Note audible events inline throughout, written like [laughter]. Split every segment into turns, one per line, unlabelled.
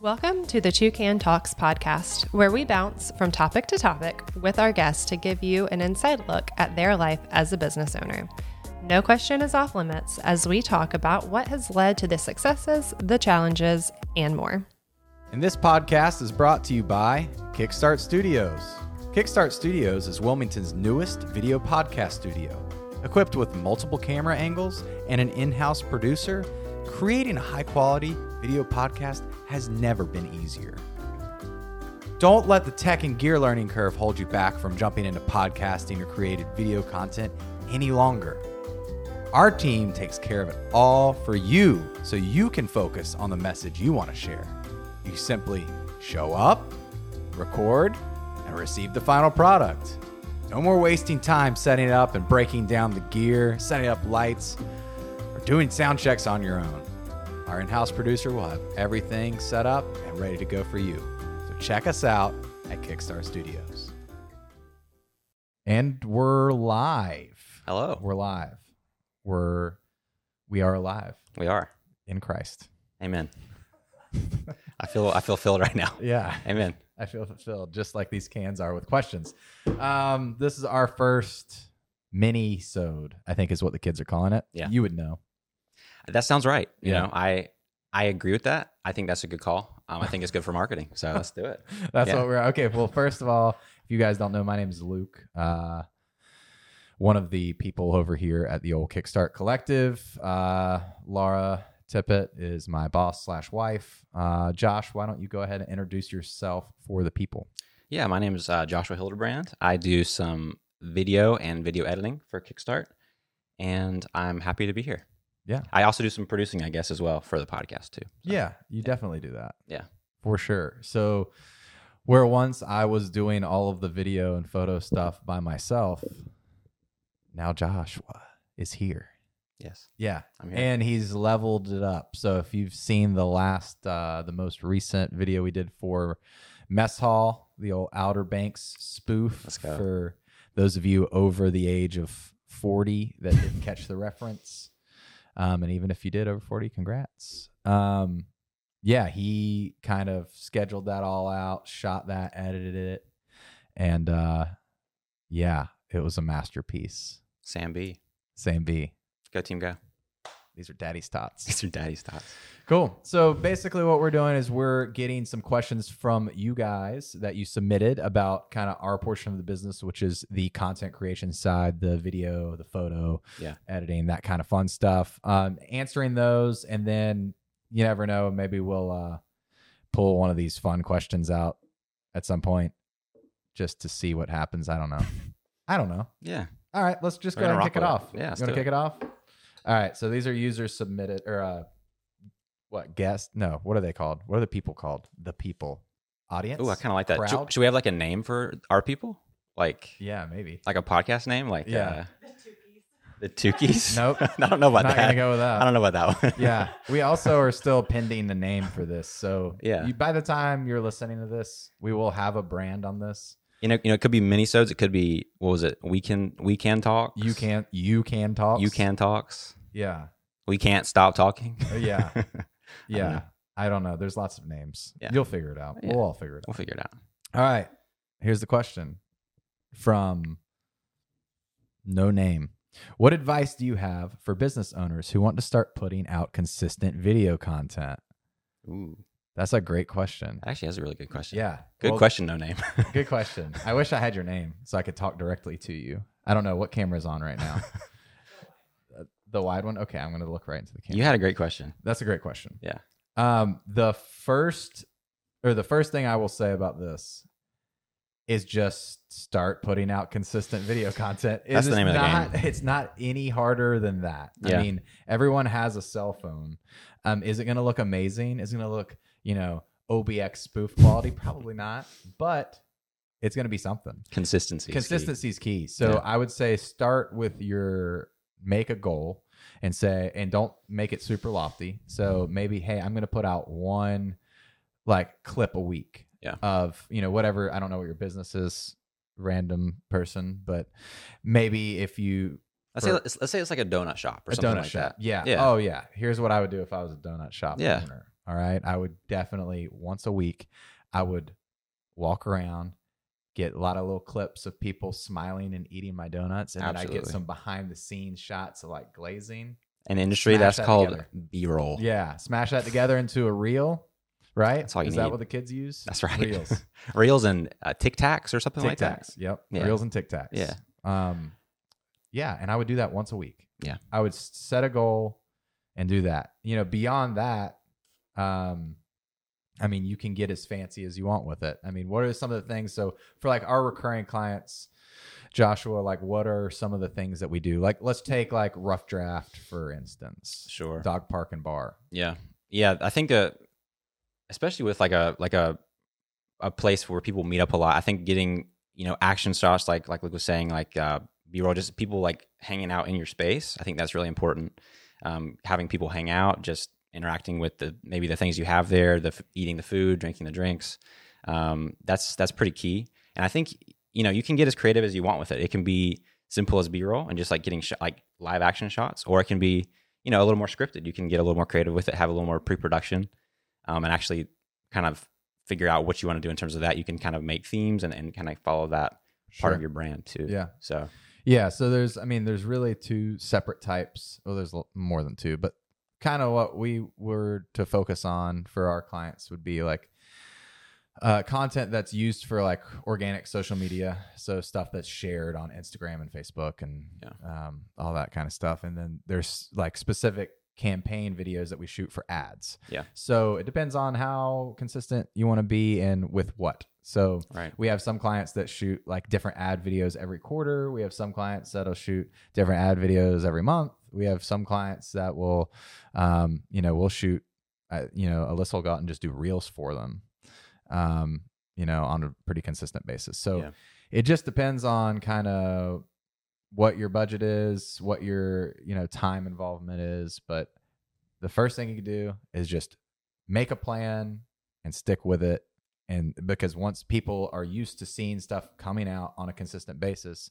Welcome to the Toucan Talks podcast, where we bounce from topic to topic with our guests to give you an inside look at their life as a business owner. No question is off limits as we talk about what has led to the successes, the challenges, and more.
And this podcast is brought to you by Kickstart Studios. Kickstart Studios is Wilmington's newest video podcast studio. Equipped with multiple camera angles and an in house producer, creating a high quality video podcast has never been easier. Don't let the tech and gear learning curve hold you back from jumping into podcasting or created video content any longer. Our team takes care of it all for you so you can focus on the message you want to share. You simply show up, record, and receive the final product. No more wasting time setting it up and breaking down the gear, setting up lights, or doing sound checks on your own. Our in house producer will have everything set up and ready to go for you. So check us out at Kickstart Studios. And we're live.
Hello.
We're live. We're we are alive
We are.
in Christ.
Amen. I feel I feel filled right now.
Yeah.
Amen.
I feel fulfilled, just like these cans are with questions. Um, this is our first mini sode, I think is what the kids are calling it.
Yeah.
You would know.
That sounds right. You
Yeah.
know, I I agree with that. I think that's a good call. Um, I think it's good for marketing. So let's do it.
That's
Yeah.
what we're okay. Well, first of all, if you guys don't know, my name is Luke. Uh one of the people over here at the old Kickstart Collective. Uh Laura Tippett is my boss slash wife. Uh Josh, why don't you go ahead and introduce yourself for the people?
Yeah, my name is uh, Joshua Hildebrand. I do some video and video editing for Kickstart, and I'm happy to be here.
Yeah.
I also do some producing, I guess, as well for the podcast too. So-
Yeah, you definitely do that.
Yeah.
For sure. So where once I was doing all of the video and photo stuff by myself, now Joshua is here.
Yes,
Yeah.
I'm here.
And he's leveled it up. So if you've seen the last uh the most recent video we did for Mess Hall, the old Outer Banks spoof
Let's go.
for those of you over the age of 40 that didn't catch the reference. Um and even if you did over 40, congrats. Um yeah, he kind of scheduled that all out, shot that, edited it, and uh yeah, it was a masterpiece.
Sam B.
Sam B.
Go team, go.
These are daddy's tots.
These are daddy's thoughts.
Cool. So basically, what we're doing is we're getting some questions from you guys that you submitted about kind of our portion of the business, which is the content creation side, the video, the photo,
Yeah.
editing, that kind of fun stuff. Um, answering those, and then you never know, maybe we'll uh, pull one of these fun questions out at some point just to see what happens. I don't know. I don't know.
Yeah.
All right, let's just
We're
go ahead
gonna
and
rock
kick it
with
off.
it. Yeah, let's
you want to
do it.
kick it off? All right, so these are user submitted or uh, what guest? No, what are they called? What are the people called? The people, audience.
Oh, I kind of like that. Should-
Crowd?
should we have like a name for our people? Like,
yeah, maybe.
like a podcast name, like
Yeah.
uh, the Tukis.
Nope.
[laughs] I don't know about
Not
that.
gonna go with that.
I don't know about that one.
yeah, we also are still pending the name for this. So
Yeah.
you, by the time you're listening to this, we will have a brand on this.
[laughs] you know, you know, it could be minisodes. It could be what was it? We can, we can talk.
You can you can talk.
you can talks.
Yeah,
We can't stop talking. [laughs]
Oh, yeah, yeah.
know.
I don't know. There's lots of names.
Yeah.
You'll figure it out.
Yeah.
We'll all figure it out.
we'll figure it out.
All right. Here's the question from No Name. What advice do you have for business owners who want to start putting out consistent video content?
Ooh,
That's a great question.
actually, that's a really good question.
Yeah.
good
Well,
question.
[laughs]
No name.
Good question. I wish I had your name so I could talk directly to you. I don't know what camera's on right
[laughs]
now. Uh, the wide one? Okay, I'm going to look right into the camera.
you had a great question.
That's a great question.
Yeah.
Um, the first or the first thing I will say about this is just start putting out consistent video [laughs] content. It
That's the
is
name of the
not, It's not any harder than that. I
Yeah.
mean, everyone has a cell phone. Um, is it going to look amazing? Is it going to look, you know, OBX spoof quality? Probably not, but it's going to be something.
Consistency. is key.
Consistency is key. So
Yeah.
I would say start with your make a goal and say and don't make it super lofty. So maybe hey, I'm going to put out one like clip a week
Yeah.
of, you know, whatever, I don't know what your business is, random person, but maybe if you
Let's say, let's, let's say it's like a donut shop or
a
something
donut
like
shop.
that.
Yeah.
Yeah.
Oh yeah. Here's what I would do if I was a donut shop
Yeah.
owner. All right. I would definitely once a week, I would walk around, get a lot of little clips of people smiling and eating my donuts, and then I get
Absolutely.
some behind the scenes shots of like glazing.
An industry
Smash
that's
that
called
together.
B-roll.
Yeah, smash that together into a reel. Right?
That's all you
Is
need.
that what the kids use?
That's right.
Reels.
Reels and uh, Tic Tacs or something
Tic
like that.
Tacs. Yep.
Yeah.
Reels and Tic Tacs.
Yeah.
Um, yeah, and I would do that once a week.
Yeah.
I would s- set a goal and do that. You know, beyond that, um, I mean, you can get as fancy as you want with it. I mean, what are some of the things? So for like our recurring clients, Joshua, like what are some of the things that we do? Like let's take like rough draft for instance.
Sure.
Dog park and bar.
Yeah, yeah. I think uh, especially with like a like a a place where people meet up a lot. I think getting you know action shots like like Luke was saying, like uh, B roll, just people like hanging out in your space. I think that's really important. Um, having people hang out, just interacting with the maybe the things you have there, the f- eating the food, drinking the drinks. Um, that's that's pretty key. And I think you know you can get as creative as you want with it. It can be simple as B roll and just like getting sh- like live action shots, or it can be you know a little more scripted you can get a little more creative with it have a little more pre-production um, and actually kind of figure out what you want to do in terms of that you can kind of make themes and, and kind of follow that part of your brand too
Yeah.
so
Yeah, so there's I mean there's really two separate types. Well, there's l- more than two, but kind of what we were to focus on for our clients would be like uh, content that's used for like organic social media, so stuff that's shared on Instagram and Facebook and um, all that kind of stuff. And then there's like specific campaign videos that we shoot for ads.
Yeah.
So it depends on how consistent you want to be and with what. So
right
we have some clients that shoot like different ad videos every quarter. We have some clients that'll shoot different ad videos every month. We have some clients that will, um, you know, we'll shoot, uh, you know, Alyssa will go out and just do reels for them, um, you know, on a pretty consistent basis. So
Yeah.
it just depends on kind of what your budget is, what your, you know, time involvement is. But the first thing you can do is just make a plan and stick with it and because once people are used to seeing stuff coming out on a consistent basis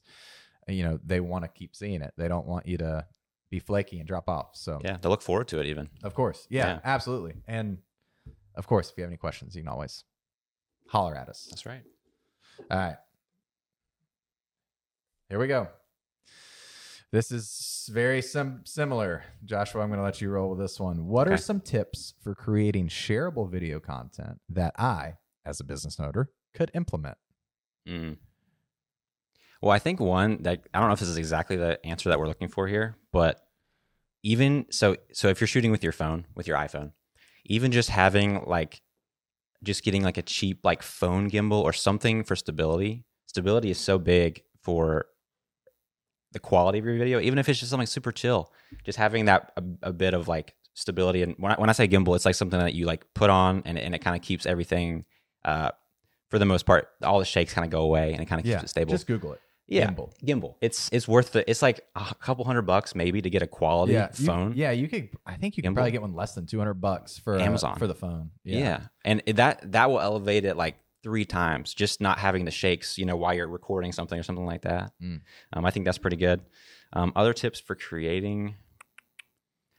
you know they want to keep seeing it they don't want you to be flaky and drop off so
yeah they look forward to it even
of course yeah,
Yeah.
absolutely and of course if you have any questions you can always holler at us
that's right
all right here we go this is very sim- similar joshua i'm going to let you roll with this one what are
Okay.
some tips for creating shareable video content that i as a business owner could implement
Mm. Well, I think one that I don't know if this is exactly the answer that we're looking for here, but even so, so if you're shooting with your phone, with your iPhone, even just having like, just getting like a cheap like phone gimbal or something for stability. Stability is so big for the quality of your video, even if it's just something super chill. Just having that a, a bit of like stability, and when I, when I say gimbal, it's like something that you like put on, and and it kind of keeps everything uh, for the most part, all the shakes kind of go away and it kind of keeps it stable.
Just Google it.
yeah,
Gimbal.
gimbal. It's it's worth the. It's like a couple hundred bucks maybe to get a quality
yeah, you-
phone.
yeah, you could. I think you can
Gimbal.
probably get one less than two hundred bucks for uh,
Amazon.
for the phone.
yeah. and it- that that will elevate it like three times. Just not having the shakes, you know, while you're recording something or something like that.
Mm.
Um, I think that's pretty good. Um, other tips for creating,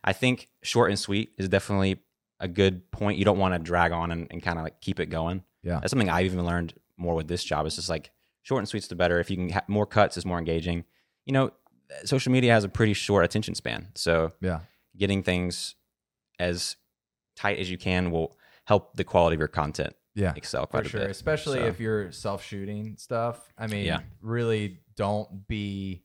I think short and sweet is definitely a good point. You don't want to drag on and, and kind of like keep it going.
Yeah.
that's something I've even learned more with this job. It's just like short and sweet's the better. If you can have more cuts, is more engaging. You know, social media has a pretty short attention span, so
yeah,
getting things as tight as you can will help the quality of your content
yeah,
excel quite
for
a
sure.
bit.
Especially
So,
if you're self shooting stuff. I mean,
Yeah.
really, don't be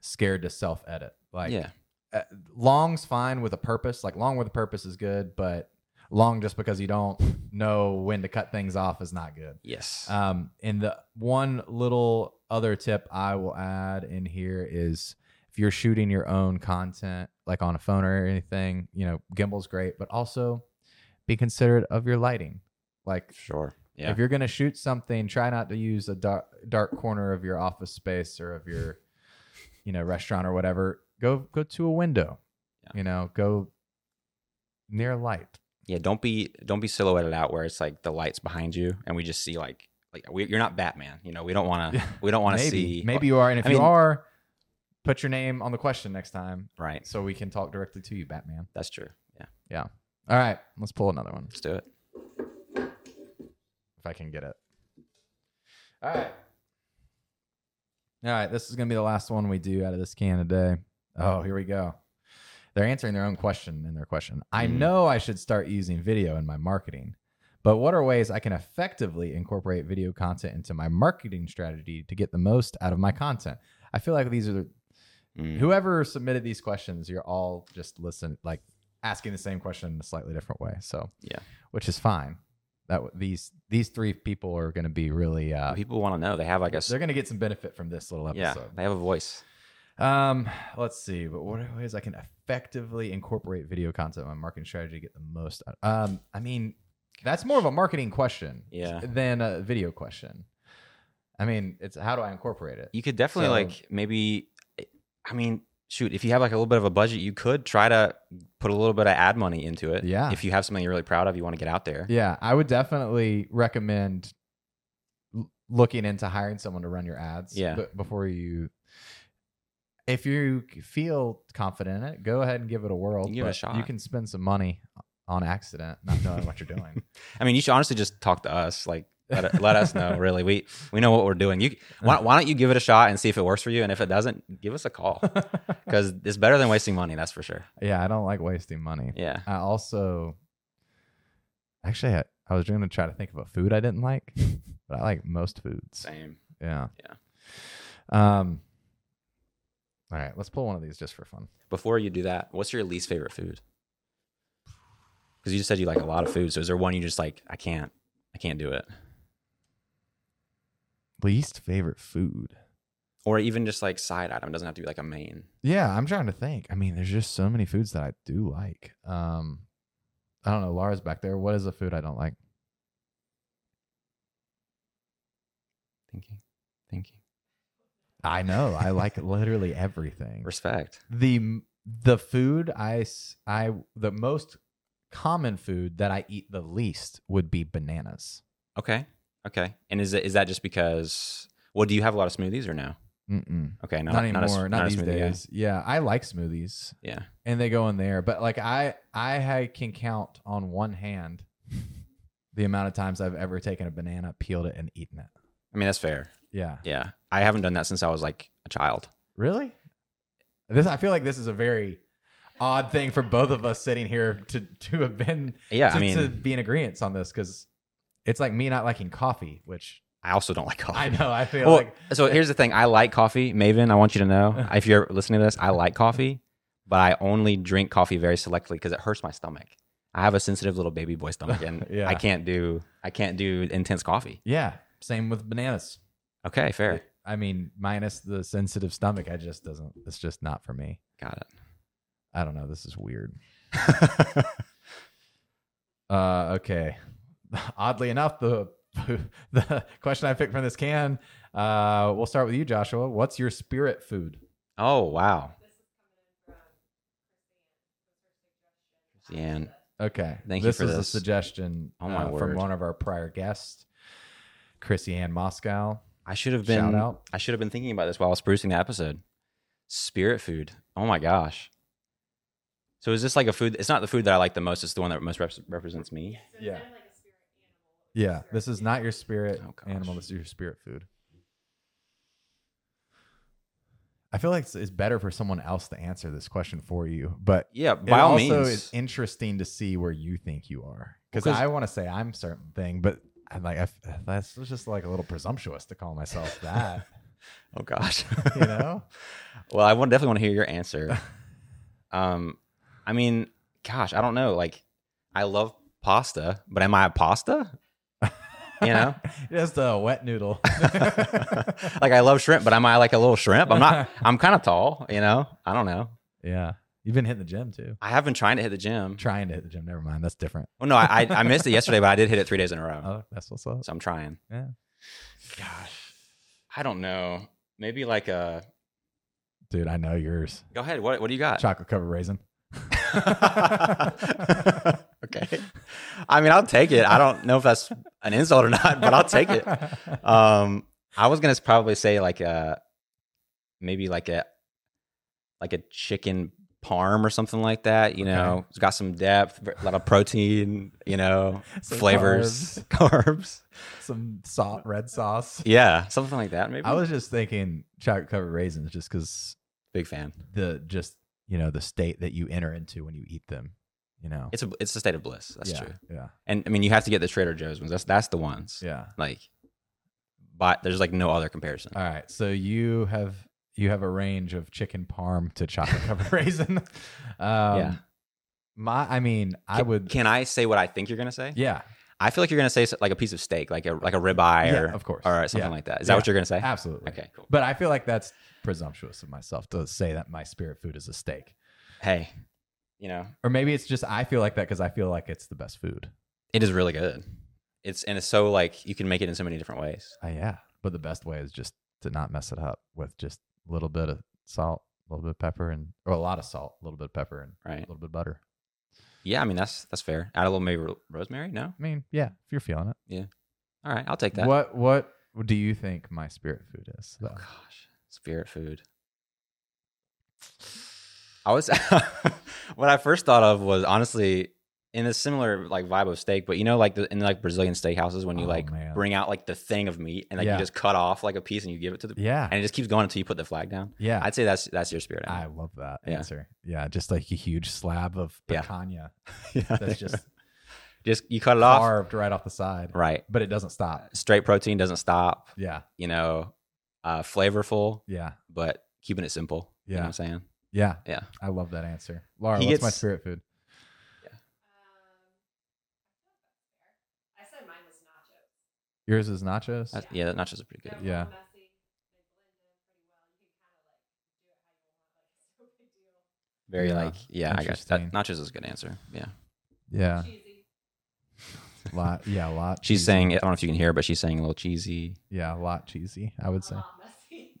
scared to self edit. Like,
yeah,
uh, long's fine with a purpose. Like, long with a purpose is good, but long just because you don't know when to cut things off is not good.
yes,
Um, and the one little other tip I will add in here is if you're shooting your own content, like on a phone or anything, you know, gimbal's great, but also be considerate of your lighting. Like
sure, yeah,
if you're gonna shoot something, try not to use a dark, dark corner of your office space or of your, you know, restaurant or whatever. Go go to a window.
Yeah.
You know, go near light.
yeah. Don't be don't be silhouetted out where it's like the lights behind you and we just see like like we, you're not Batman. You know, we don't
[laughs]
want to
Yeah.
we don't want to
maybe
see
maybe you are, and if
I
you
mean-
are, put your name on the question next time
right.
so we can talk directly to you, Batman.
That's true. Yeah.
Yeah. All right, let's pull another one
Let's do it.
if I can get it. All right. All right, this is going to be the last one we do out of this can today. Oh, here we go. They're answering their own question in their question. I
Mhm.
know I should start using video in my marketing, but what are ways I can effectively incorporate video content into my marketing strategy to get the most out of my content? I feel like these are
Mm.
whoever submitted these questions, you're all just listen like asking the same question in a slightly different way. So
Yeah.
which is fine. That w- these these three people are going to be really uh,
People want to know. They have like a s-
they're going to get some benefit from this little
yeah.
episode.
They have a voice.
Um, let's see, but what are ways I can effectively incorporate video content in my marketing strategy to get the most? Out? Um, I mean, that's more of a marketing question,
Yeah.
than a video question. I mean, it's how do I incorporate it?
You could definitely
So-
like maybe. I mean, shoot, if you have like a little bit of a budget, you could try to put a little bit of ad money into it.
Yeah.
If you have something you're really proud of, you want to get out there.
Yeah, I would definitely recommend l- looking into hiring someone to run your ads.
Yeah.
b- before you, if you c- feel confident in it, go ahead and give it a whirl.
Give it a
but You
shot.
can spend some money on accident, not knowing what you're
[laughs]
doing.
I mean, you should honestly just talk to us. Like, let, let
[laughs]
us know. Really, we we know what we're doing. You why, why don't you give it a shot and see if it works for you? And if it doesn't, give us
[laughs]
a call because it's better than wasting money. That's for sure.
yeah, I don't like wasting money.
Yeah.
I also, actually, I, I was going to try to think of a food I didn't
[laughs]
like, but I like most foods.
Same.
Yeah.
Yeah.
Um. All right, let's pull one of these just for fun.
Before you do that, what's your least favorite food? Because you just said you like a lot of food. So is there one you just like? I can't. I can't do it.
Least favorite food.
Or even just like side item doesn't have to be like a main.
Yeah, I'm trying to think. I mean, there's just so many foods that I do like. Um, I don't know. Laura's back there. What is a food I don't like?
Thinking, thinking.
I know. I [laughs] like literally everything.
Respect.
the the food I s- I the most common food that I eat the least would be bananas.
Okay. Okay. And is it is that just because? Well, do you have a lot of smoothies or no?
Mm-mm.
Okay, not,
Not,
a s-
anymore. Not,
a
these
smoothie guy.
days. Yeah, I like smoothies.
Yeah.
and they go in there. But like I, I ha- can count on one hand the amount of times I've ever taken a banana, peeled it, and eaten it.
I mean, that's fair.
Yeah,
Yeah. I haven't done that since I was like a child.
really. This I feel like this is a very odd thing for both of us sitting here to to have been
Yeah.
to,
I mean,
to be in agreement on this because it's like me not liking coffee, which
I also don't like coffee. [laughs]
I know I feel
Well,
like
so here's the thing. I like coffee. Maven, I want you
[laughs]
to know if you're listening to this, I like coffee, but I only drink coffee very selectively because it hurts my stomach. I have a sensitive little baby boy stomach and
[laughs] Yeah.
I can't do I can't do intense coffee.
yeah. Same with bananas.
Okay, fair.
I mean, minus the sensitive stomach, I just doesn't. It's just not for me.
Got
I don't know. This is
[laughs]
weird.
it.
Uh, okay. [laughs] Oddly enough, the [laughs] the question I picked from this can. Uh, we'll start with you, Joshua. What's your spirit food?
oh wow. uh, Christiane.
Okay,
Thank you
this
for
is a
this.
suggestion uh,
Oh, my
from
word.
one of our prior guests, Chrissy Ann Moscow.
I should have
Shout
been
out.
I should have been thinking about this while I was producing the episode. Spirit food. Oh my gosh. So is this like a food? It's not the food that I like the most. It's the one that most rep- represents me.
yeah, yeah. This is not your spirit
Oh, gosh.
animal. This is your spirit food. I feel like it's, it's better for someone else to answer this question for you, but
Yeah,
It
by all
also
means.
is interesting to see where you think you are because
'cause-
I want to say I'm certain thing, but I'm like I f that's just like a little presumptuous to call myself that,
oh gosh. [laughs]
you know?
well, I want, definitely want to hear
[laughs]
your answer. Um, I mean, gosh, I don't know. Like, I love pasta, but am I a pasta? You know,
just a wet
[laughs]
noodle.
like I love shrimp, but am I like a little shrimp?
[laughs]
I'm not. I'm kind of tall. You know, I don't know.
yeah, you've been hitting the gym too.
I have been trying to hit the gym.
Trying to hit the gym. Never mind, that's different.
Well, no, I, I I missed it yesterday, but I did hit it three days in a row.
Oh, that's what's up.
So I'm trying.
Yeah.
Gosh, I don't know. Maybe like a.
Dude, I know yours.
Go ahead. What What do you got?
Chocolate covered raisin.
[laughs] okay. I mean, I'll take it. I don't know if that's an insult or not, but I'll
[laughs]
take it. Um, I was gonna uh, probably say like a, maybe like a, like a chicken parm or something like that. You know, it's got some depth, a lot of protein. You know,
Some
flavors, [laughs] carbs.
Some salt, red sauce.
Yeah, something like that. Maybe
I was just thinking chocolate covered raisins, just because
big fan.
the just you know the state that you enter into when you eat them. You know,
It's a it's a state of bliss. That's
yeah,
true.
Yeah,
And I mean, you have to get the Trader Joe's ones. That's that's the ones.
yeah.
Like, but there's like no other comparison.
All right, so you have you have a range of chicken parm to chocolate covered [laughs] raisin. Um,
yeah.
my I mean, I
Can-
would.
Can I say what I think you're gonna say?
yeah,
I feel like you're gonna say so- like a piece of steak, like a like a ribeye
Yeah,
or
of course.
or something
Yeah.
like that. Is that what
Yeah.
you're gonna say?
absolutely.
Okay, cool.
But I feel like that's presumptuous of myself to say that my spirit food is a steak.
Hey, you know,
Or maybe it's just I feel like that because I feel like it's the best food.
it is really good. It's and it's so like you can make it in so many different ways.
Uh, yeah. But the best way is just to not mess it up with just a little bit of salt, a little bit of pepper, and or a lot of salt, a little bit of pepper, and a
Right.
little bit of butter.
Yeah, I mean that's that's fair. Add a little maybe ro- rosemary. No,
I mean, yeah, if you're feeling it.
all right, I'll take that.
What what do you think my spirit food is?
Oh
though?
gosh, spirit food. I was [laughs] what I first thought of was honestly in a similar like vibe of steak, but you know, like the, in like Brazilian steakhouses when you
Oh,
like
man.
bring out like the thing of meat and like
Yeah.
you just cut off like a piece and you give it to the
Yeah.
and it just keeps going until you put the flag down.
yeah.
I'd say that's that's your spirit.
I
animal.
love that
Yeah.
answer. Yeah. Just like a huge slab of
Yeah.
picanha
[laughs] [laughs] yeah,
that's just
[laughs] just you cut it off,
carved right off the side.
right?
But it doesn't stop.
Straight protein doesn't stop.
Yeah.
You know, uh, flavorful,
Yeah.
but keeping it simple. You know
Yeah.
what I'm saying?
Yeah.
Yeah.
I love that answer. Laura,
He
what's my
gets-
spirit food?
Um, I said mine was nachos.
Yours is nachos?
That's, yeah, that nachos are pretty good.
Yeah.
Very
Yeah.
like, yeah, I guess that
Interesting.
nachos is a good answer. Yeah. [laughs]
Yeah. Lot yeah, lot
She's
cheesy.
saying, I don't know if you can hear, but she's saying a little cheesy,
Yeah, a lot cheesy, I would say.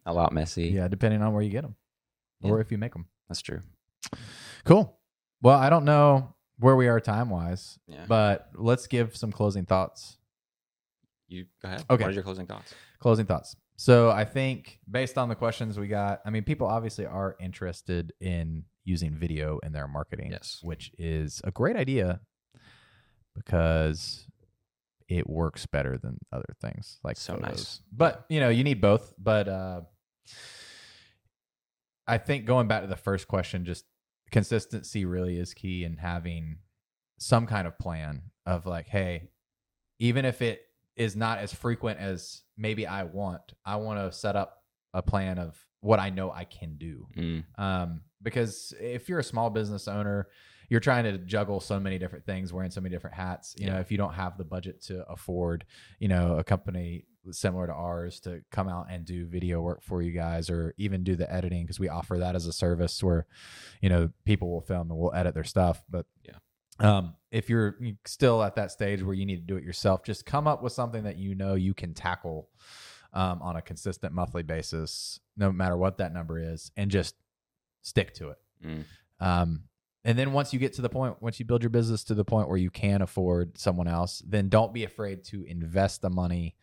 a lot messy.
Yeah, depending on where you get them or if you make them.
That's true.
Cool. Well, I don't know where we are time wise,
Yeah.
but let's give some closing thoughts.
you go ahead.
Okay.
What are your closing thoughts?
Closing thoughts. So I think based on the questions we got, I mean, people obviously are interested in using video in their marketing,
Yes.
which is a great idea because it works better than other things like
So nice.
photos. But you know, you need both. But uh, I think going back to the first question, just consistency really is key and having some kind of plan of like, hey, even if it is not as frequent as maybe I want, I want to set up a plan of what I know I can do.
Mm,
Um, because if you're a small business owner, you're trying to juggle so many different things, wearing so many different hats. You know,
Yeah.
if you don't have the budget to afford, you know, a company similar to ours to come out and do video work for you guys or even do the editing because we offer that as a service where, you know, people will film and we'll edit their stuff. But
Yeah.
um, if you're still at that stage where you need to do it yourself, just come up with something that you know you can tackle um, on a consistent monthly basis, no matter what that number is, and just stick to it.
mm.
Um, and then once you get to the point, once you build your business to the point where you can afford someone else, then don't be afraid to invest the money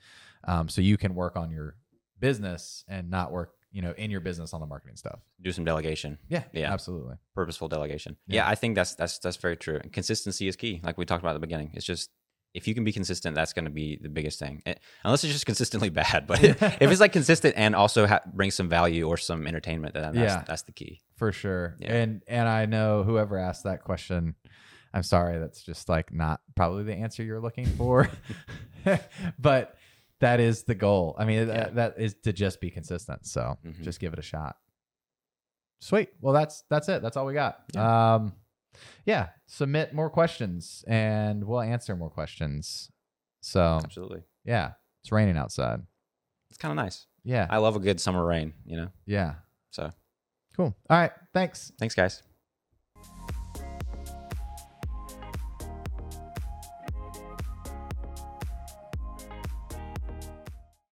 um, so you can work on your business and not work, you know, in your business on the marketing stuff.
Do some delegation,
Yeah,
Yeah.
absolutely.
purposeful delegation.
Yeah.
Yeah. I think that's that's that's very true. And consistency is key, like we talked about at the beginning. It's just if you can be consistent, that's going to be the biggest thing. Eh, unless it's just consistently [laughs] bad, but if it's like consistent and also ha- brings some value or some entertainment, then that's,
Yeah.
that's the key.
for sure.
Yeah.
And and I know whoever asked that question, I'm sorry, that's just like not probably the answer you're looking for,
[laughs]
[laughs] but that is the goal. I mean,
Yeah.
that, that is to just be consistent. So
Mhm.
just give it a shot. Sweet. Well, that's that's it. That's all we got. Um, yeah. Submit more questions, and we'll answer more questions. So
Absolutely.
yeah, it's raining outside.
It's kind of nice.
Yeah.
I love a good summer rain, you know?
Yeah.
So
Cool. All right. Thanks.
thanks, guys.